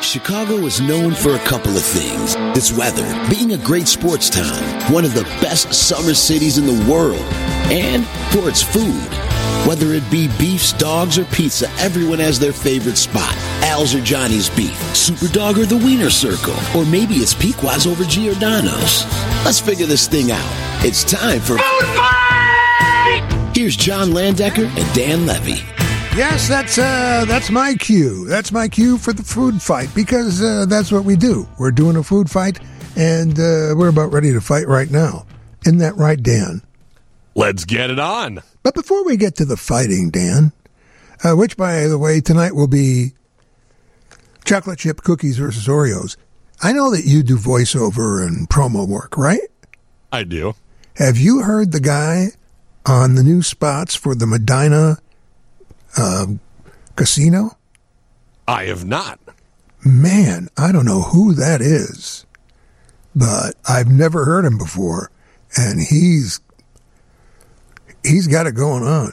Chicago is known for a couple of things its weather, being a great sports town, one of the best summer cities in the world, and for its food. Whether it be beefs, dogs, or pizza, everyone has their favorite spot. Al's or Johnny's Beef, Superdog or the Wiener Circle, or maybe it's Pequod's over Giordano's. Let's figure this thing out. It's time for Food Fight! Here's John Landecker and Dan Levy. Yes, that's uh, that's my cue. That's my cue for the food fight because uh, that's what we do. We're doing a food fight, and uh, we're about ready to fight right now. Isn't that right, Dan? Let's get it on. But before we get to the fighting, Dan, uh, which by the way tonight will be chocolate chip cookies versus Oreos. I know that you do voiceover and promo work, right? I do. Have you heard the guy on the new spots for the Medina uh, casino? I have not. Man, I don't know who that is, but I've never heard him before, and he's he's got it going on.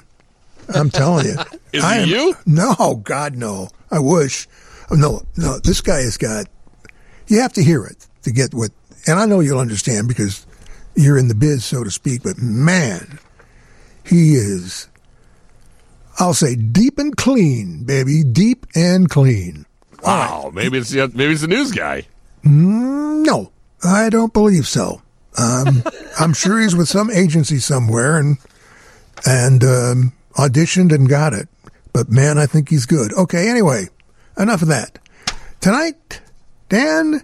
I'm telling you. Is I it am- you? No, God, no. I wish. No, no. This guy has got. You have to hear it to get what, and I know you'll understand because you're in the biz, so to speak. But man, he is. I'll say deep and clean, baby. Deep and clean. Wow. Maybe it's the- maybe it's the news guy. No, I don't believe so. Um, I'm sure he's with some agency somewhere and and um, auditioned and got it. But man, I think he's good. Okay, anyway, enough of that. Tonight, Dan,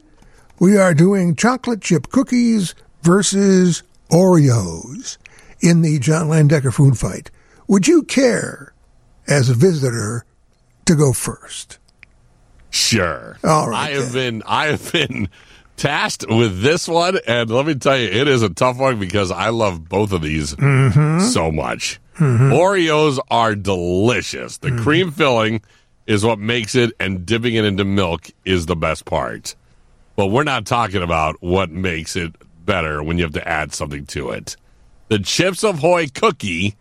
we are doing chocolate chip cookies versus Oreos in the John Landecker food fight. Would you care, as a visitor, to go first? Sure. All right, I have been I have been tasked with this one, and let me tell you, it is a tough one because I love both of these Mm-hmm. so much. Oreos are delicious. Mm-hmm. The cream filling is what makes it, and dipping it into milk is the best part. But we're not talking about what makes it better when you have to add something to it. The Chips Ahoy cookie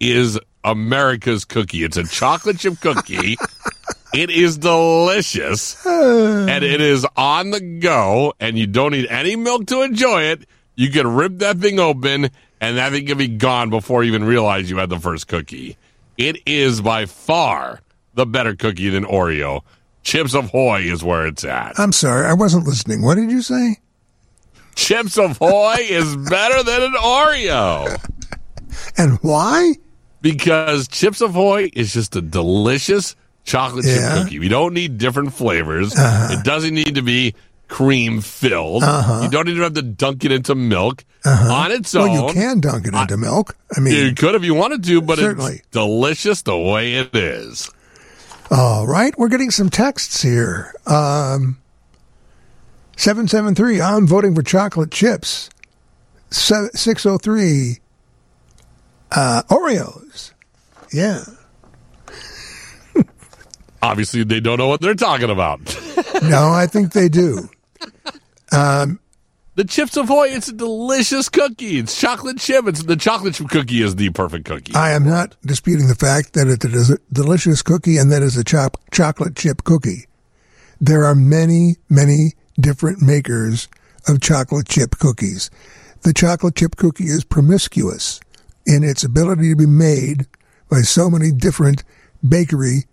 is America's cookie. It's a chocolate chip cookie. It is delicious. and it is on the go, and you don't need any milk to enjoy it. You can rip that thing open, and that thing can be gone before you even realize you had the first cookie. It is by far the better cookie than Oreo. Chips of Hoy is where it's at. I'm sorry, I wasn't listening. What did you say? Chips of Hoy is better than an Oreo. And why? because Chips Ahoy is just a delicious chocolate chip Yeah. Uh-huh. cookie. We don't need different flavors. It doesn't need to be cream filled. You don't even have to dunk it into milk on its own. Uh-huh. Well, you can dunk it into milk. I You mean, could if you wanted to, but Certainly. it's delicious the way it is. all right, we're getting some texts here. Um, 773, I'm voting for chocolate chips. Se- 603, uh, Oreos. Yeah. Obviously, they don't know what they're talking about. No, I think they do. the Chips Ahoy, it's a delicious cookie. It's chocolate chip. It's the chocolate chip cookie is the perfect cookie. I am not disputing the fact that it is a delicious cookie and that is a chop- chocolate chip cookie. There are many, many different makers of chocolate chip cookies. The chocolate chip cookie is promiscuous in its ability to be made by so many different bakery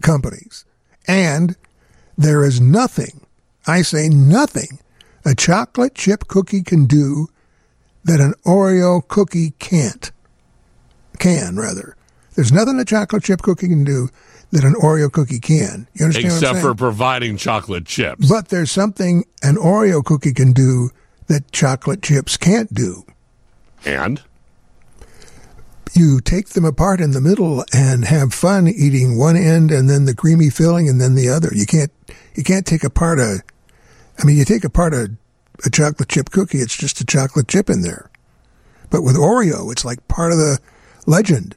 companies. And there is nothing, I say nothing, a chocolate chip cookie can do that an Oreo cookie can't can rather. There's nothing a chocolate chip cookie can do that an Oreo cookie can. You understand? what I'm except saying? for providing chocolate chips. But there's something an Oreo cookie can do that chocolate chips can't do. and You take them apart in the middle and have fun eating one end and then the creamy filling and then the other. You can't you can't take apart a I mean you take apart a, a chocolate chip cookie, it's just a chocolate chip in there. But with Oreo, it's like part of the legend.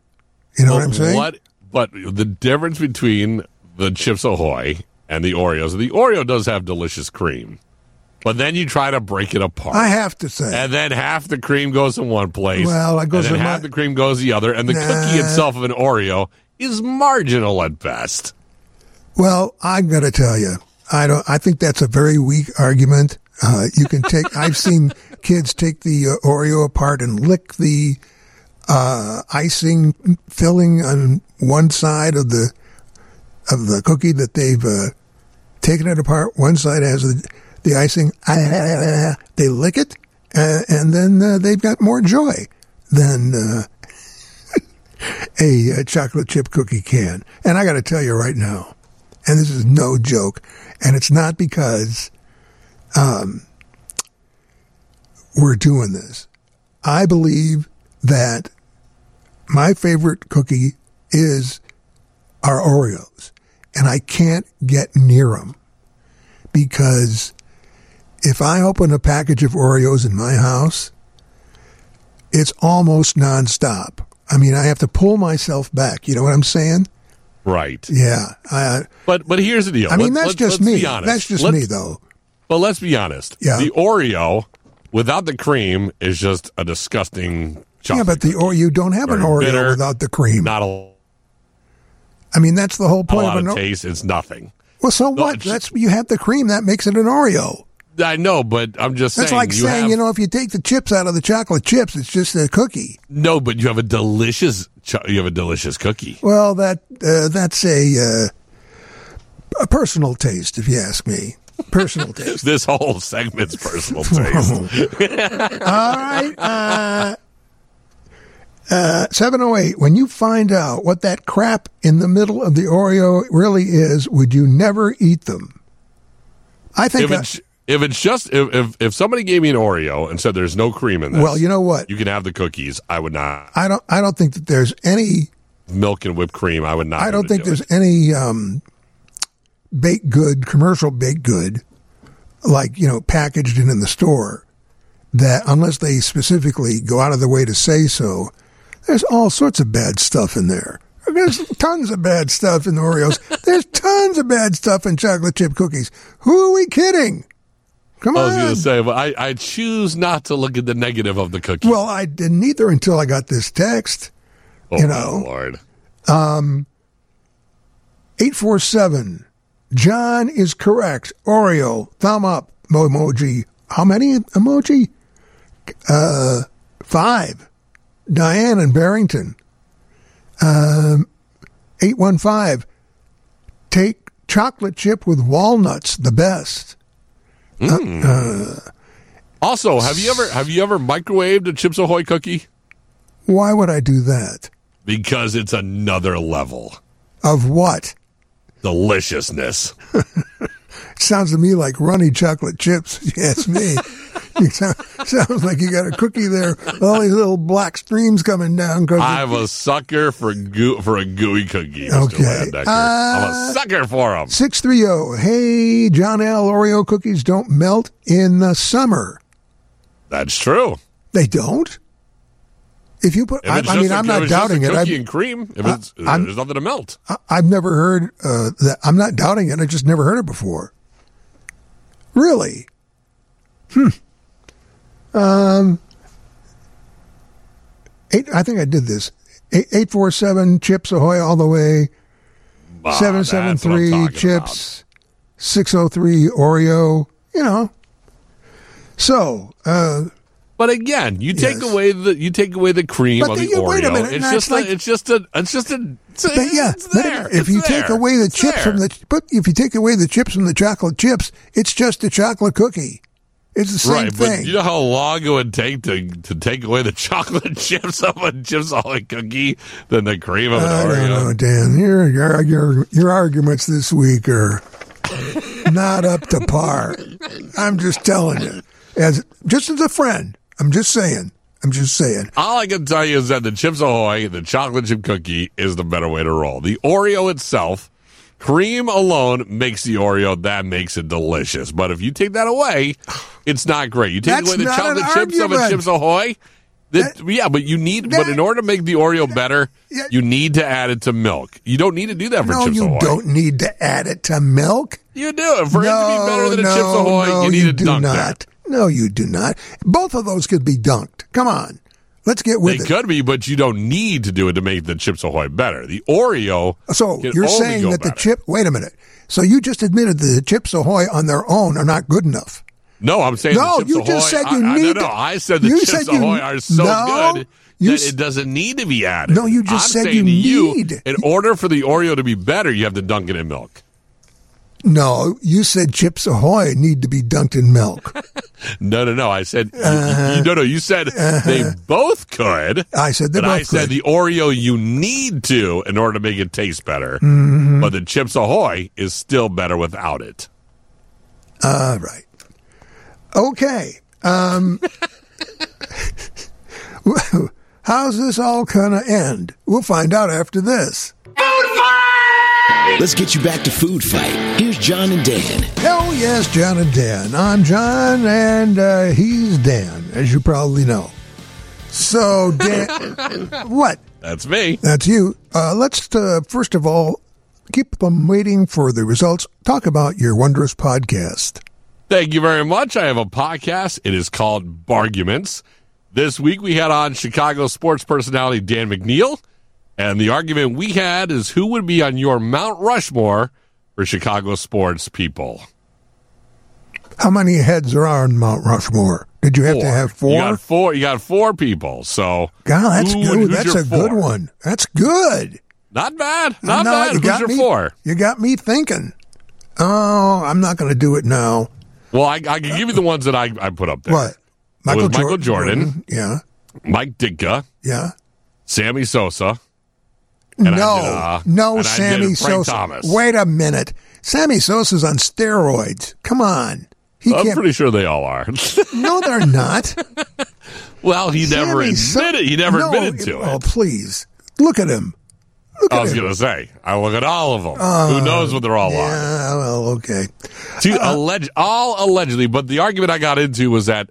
You know what I'm saying? But the difference between the Chips Ahoy and the Oreos, the Oreo does have delicious cream, but then you try to break it apart. I have to say. and then half the cream goes in one place. Well, it goes and then in my- half the cream goes the other, and the Nah. cookie itself of an Oreo is marginal at best. Well, I'm going to tell you, I don't. I think that's a very weak argument. Uh, you can take. I've seen kids take the uh, Oreo apart and lick the uh, icing filling on one side of the of the cookie that they've uh, taken it apart. One side has the, the icing. They lick it, uh, and then uh, they've got more joy than uh, a, uh chocolate chip cookie can. And I got to tell you right now, and this is no joke, and it's not because um, we're doing this. I believe that my favorite cookie is are Oreos, and I can't get near them because if I open a package of Oreos in my house, it's almost nonstop. I mean, I have to pull myself back. You know what I'm saying? Right. Yeah. I, But but here's the deal. I mean, Let- that's let- just let's me. Be honest. That's just Let's- me, though. But let's be honest. Yeah. The Oreo without the cream is just a disgusting Yeah, chocolate. but the or you don't have an Very Oreo bitter. without the cream. not a, not I mean, that's the whole a point lot of of an. O- taste. It's nothing. well, so what? it's- That's you have the cream that makes it an Oreo. I know, but I'm just That's saying. like you saying have, you know if you take the chips out of the chocolate chips, it's just a cookie. No, but you have a delicious. Cho- you have a delicious cookie. Well, that uh, that's a uh, a personal taste, if you ask me. Personal taste. This whole segment's personal taste. All right. Uh, uh, 708, when you find out what that crap in the middle of the Oreo really is, would you never eat them? I think, if I- it's if it's just if, if if somebody gave me an Oreo and said there's no cream in this, well, you know what? you can have the cookies. I would not I don't, I don't think that there's any milk and whipped cream. I would not. I be don't able to think do there's it. any um, baked good, commercial baked good, like, you know, packaged and in the store, that unless they specifically go out of their way to say so, there's all sorts of bad stuff in there. There's tons of bad stuff in Oreos. There's tons of bad stuff in chocolate chip cookies. Who are we kidding? Come I on. was going to say, but I, I choose not to look at the negative of the cookie. well, I didn't either until I got this text. oh, you my know. Lord. 847. John is correct. Oreo, thumb up, mo- emoji. How many emoji? Uh, five. Diane in Barrington. Um, 815. Take chocolate chip with walnuts, the best. Also, have you ever have you ever microwaved a Chips Ahoy cookie? Why would I do that? Because it's another level Of what? deliciousness. Sounds to me like runny chocolate chips. if you ask me. You sound, sounds like you got a cookie there. with All these little black streams coming down. 'cause of- I'm a sucker for goo- for a gooey cookie, Mr. Okay. Uh, Landecker. I'm a sucker for them. 630. oh, Hey, John L. Oreo cookies don't melt in the summer. That's true. They don't? If you put, If I, it's I just mean, a- I'm if not it's just a doubting it. Cookie I've, and cream. If it's, I'm- there's nothing to melt. I- I've never heard uh, that. I'm not doubting it. I just never heard it before. Really? Hmm. Um, eight, I think I did this. Eight, 847 Chips Ahoy all the way. Ah, Seven that's what seven I'm three talking chips, six zero three Oreo. You know. So, uh, about. But again, you take Yes. away the you take away the cream But of the then you- Oreo. wait a minute, it's now just it's like- a, it's just a it's just a it's, but yeah, it's but there. if It's you there. take away the It's chips from there. the, but if you take away the chips from the chocolate chips, it's just a chocolate cookie. It's the same right, thing. but you know how long it would take to to take away the chocolate chips of a chips Ahoy cookie than the cream of an I Oreo. don't know, Dan. Your your your, your arguments this week are not up to par. I'm just telling you, as just as a friend. I'm just saying. I'm just saying. All I can tell you is that the Chips Ahoy, the chocolate chip cookie, is the better way to roll. The Oreo itself, cream alone makes the Oreo. That makes it delicious. But if you take that away, it's not great. You take That's away the not chocolate an chips of a argument. Chips Ahoy. That, yeah, but you need. but that- in order to make the Oreo better, yeah. you need to add it to milk. You don't need to do that for No, Chips you Ahoy. don't need to add it to milk. You do for it to be better than a Chips Ahoy. no, you need to do dunk not. that. No, you do not. Both of those could be dunked. Come on, let's get They with it. could be, but you don't need to do it to make the Chips Ahoy better. The Oreo. So can you're only saying go that the better. chip? Wait a minute. So you just admitted that the Chips Ahoy on their own are not good enough. No, I'm saying No, the Chips you just Ahoy- said you I, I- need No, no, to- I said the you Chips said you- Ahoy are so No, good you that s- it doesn't need to be added. No, you just said I'm saying you to you need- In order for the Oreo to be better, you have to dunk it in milk. No, you said Chips Ahoy need to be dunked in milk. No, no, no. I said you- you, Uh-huh. no, no. You said they both could. I said they But Uh, both I said could. the Oreo you need to in order to make it taste better. Mm-hmm. But the Chips Ahoy is still better without it. All right. Okay. Um, how's this all going to end? We'll find out after this. Let's get you back to Food Fight. Here's John and Dan. Oh, yes, John and Dan. I'm John, and uh, he's Dan, as you probably know. So, Dan, what? That's me. That's you. Uh, let's, uh, first of all, keep them waiting for the results. Talk about your wondrous podcast. Thank you very much. I have a podcast. It is called Barguments. This week we had on Chicago sports personality Dan McNeil, and the argument we had is who would be on your Mount Rushmore for Chicago sports people. How many heads are on Mount Rushmore? Did you have to have four? You got four. You got four people. So God, that's who would- good. who's That's your a good four? one. That's good. Not bad. Not No, bad. Who's your me, four? You got me thinking. Oh, I'm not going to do it now. Well, I, I can give you the ones that I, I put up there. What? was Michael Jordan. Yeah. Mike Ditka, Yeah. Sammy Sosa. I no, did, uh, no, and I Sammy did Frank Sosa. Thomas. Wait a minute. Sammy Sosa's on steroids. Come on. He I'm can't. pretty sure they all are. no, they're not. well, he never Sammy So- admitted. he never No, admitted to Oh, it. please. Look at him. Look I at was him. going to say. I look at all of them. Who knows what they're all on? Uh, Yeah, well, okay. To allege, all allegedly, but the argument I got into was that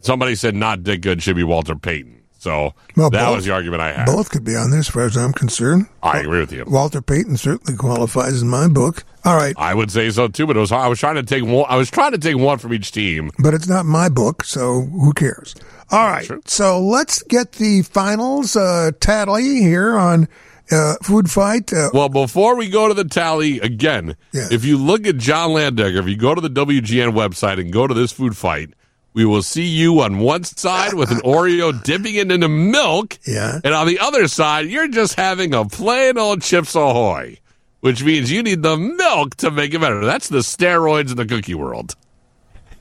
somebody said not Dick Good should be Walter Payton. So Well, that both- was the argument I had. Both could be on this, as far as I'm concerned. I agree with you. Walter Payton certainly qualifies in my book. All right, I would say so too, but it was hard. I was trying to take one. I was trying to take one from each team. but it's not my book, so who cares? All right, so let's get the finals uh, tally here on uh, Food Fight. Uh, Well, before we go to the tally again, Yeah. if you look at John Landecker, if you go to the WGN website and go to this food fight, we will see you on one side with an Oreo dipping it into milk, Yeah. and on the other side, you're just having a plain old Chips Ahoy, which means you need the milk to make it better. That's the steroids in the cookie world.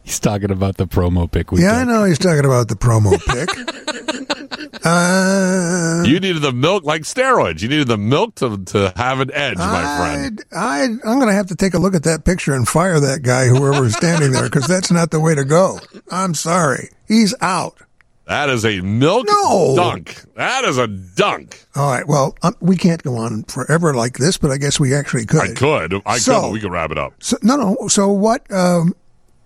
He's talking about the promo pick we yeah, I did. know he's talking about the promo pick. uh, You needed the milk like steroids. You needed the milk to, to have an edge, my friend. I'd- I'd, I'm going to have to take a look at that picture and fire that guy, whoever's standing there, because that's not the way to go. I'm sorry, he's out. That is a milk No. dunk. That is a dunk. All right. Well, um, we can't go on forever like this, but I guess we actually could. I could. I Uh, So- could, but we could wrap it up. So, no, no. So what? Um,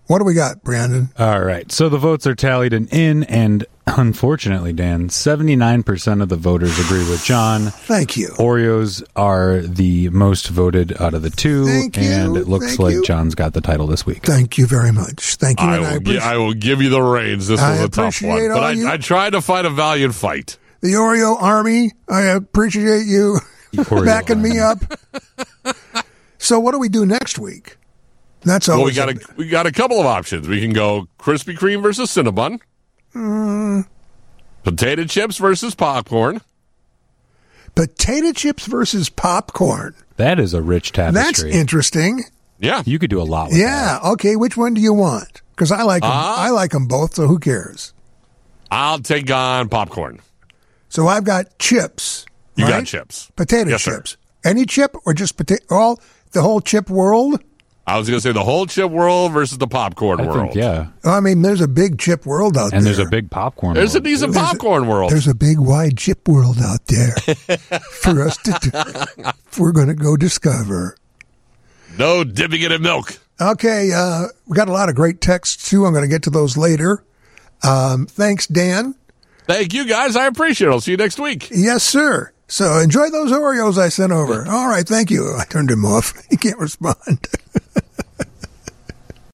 what do we got, Brandon? All right. So the votes are tallied and in, and unfortunately, Dan, 79% of the voters agree with John. Thank you. Oreos are the most voted out of the two, Thank you, and it looks thank like you. John's got the title this week. Thank you very much. Thank you. I and will, I gi- appreciate I will give you the reins. This I was a tough appreciate one. But all I, you- I tried to fight a valiant fight. the Oreo Army. I appreciate you Oreo backing me Army. up. so what do we do next week? That's all. Well, we got a, we got a couple of options. We can go Krispy Kreme versus Cinnabon, potato chips versus popcorn. potato chips versus popcorn. That is a rich That's tapestry. interesting. Yeah, you could do a lot with Yeah. Okay. Which one do you want? Because I like 'em- Ah. I like them both. So who cares? I'll take on popcorn. So I've got chips. You right? got chips, Potato Yes, sir. chips. Any chip or just potato? All the whole chip world. I was going to say the whole chip world versus the popcorn that. I world. think, yeah. I mean, there's a big chip world out there. And there's a big popcorn. There's a world. decent popcorn world. There's a big wide chip world out there for us to. Do, we're going to go discover. No dipping it in milk. Okay, uh, we got a lot of great texts too. I'm going to get to those later. Um, thanks, Dan. Thank you guys. I appreciate it. I'll see you next week. Yes, sir. So enjoy those Oreos I sent over. All right, thank you. I turned him off. He can't respond.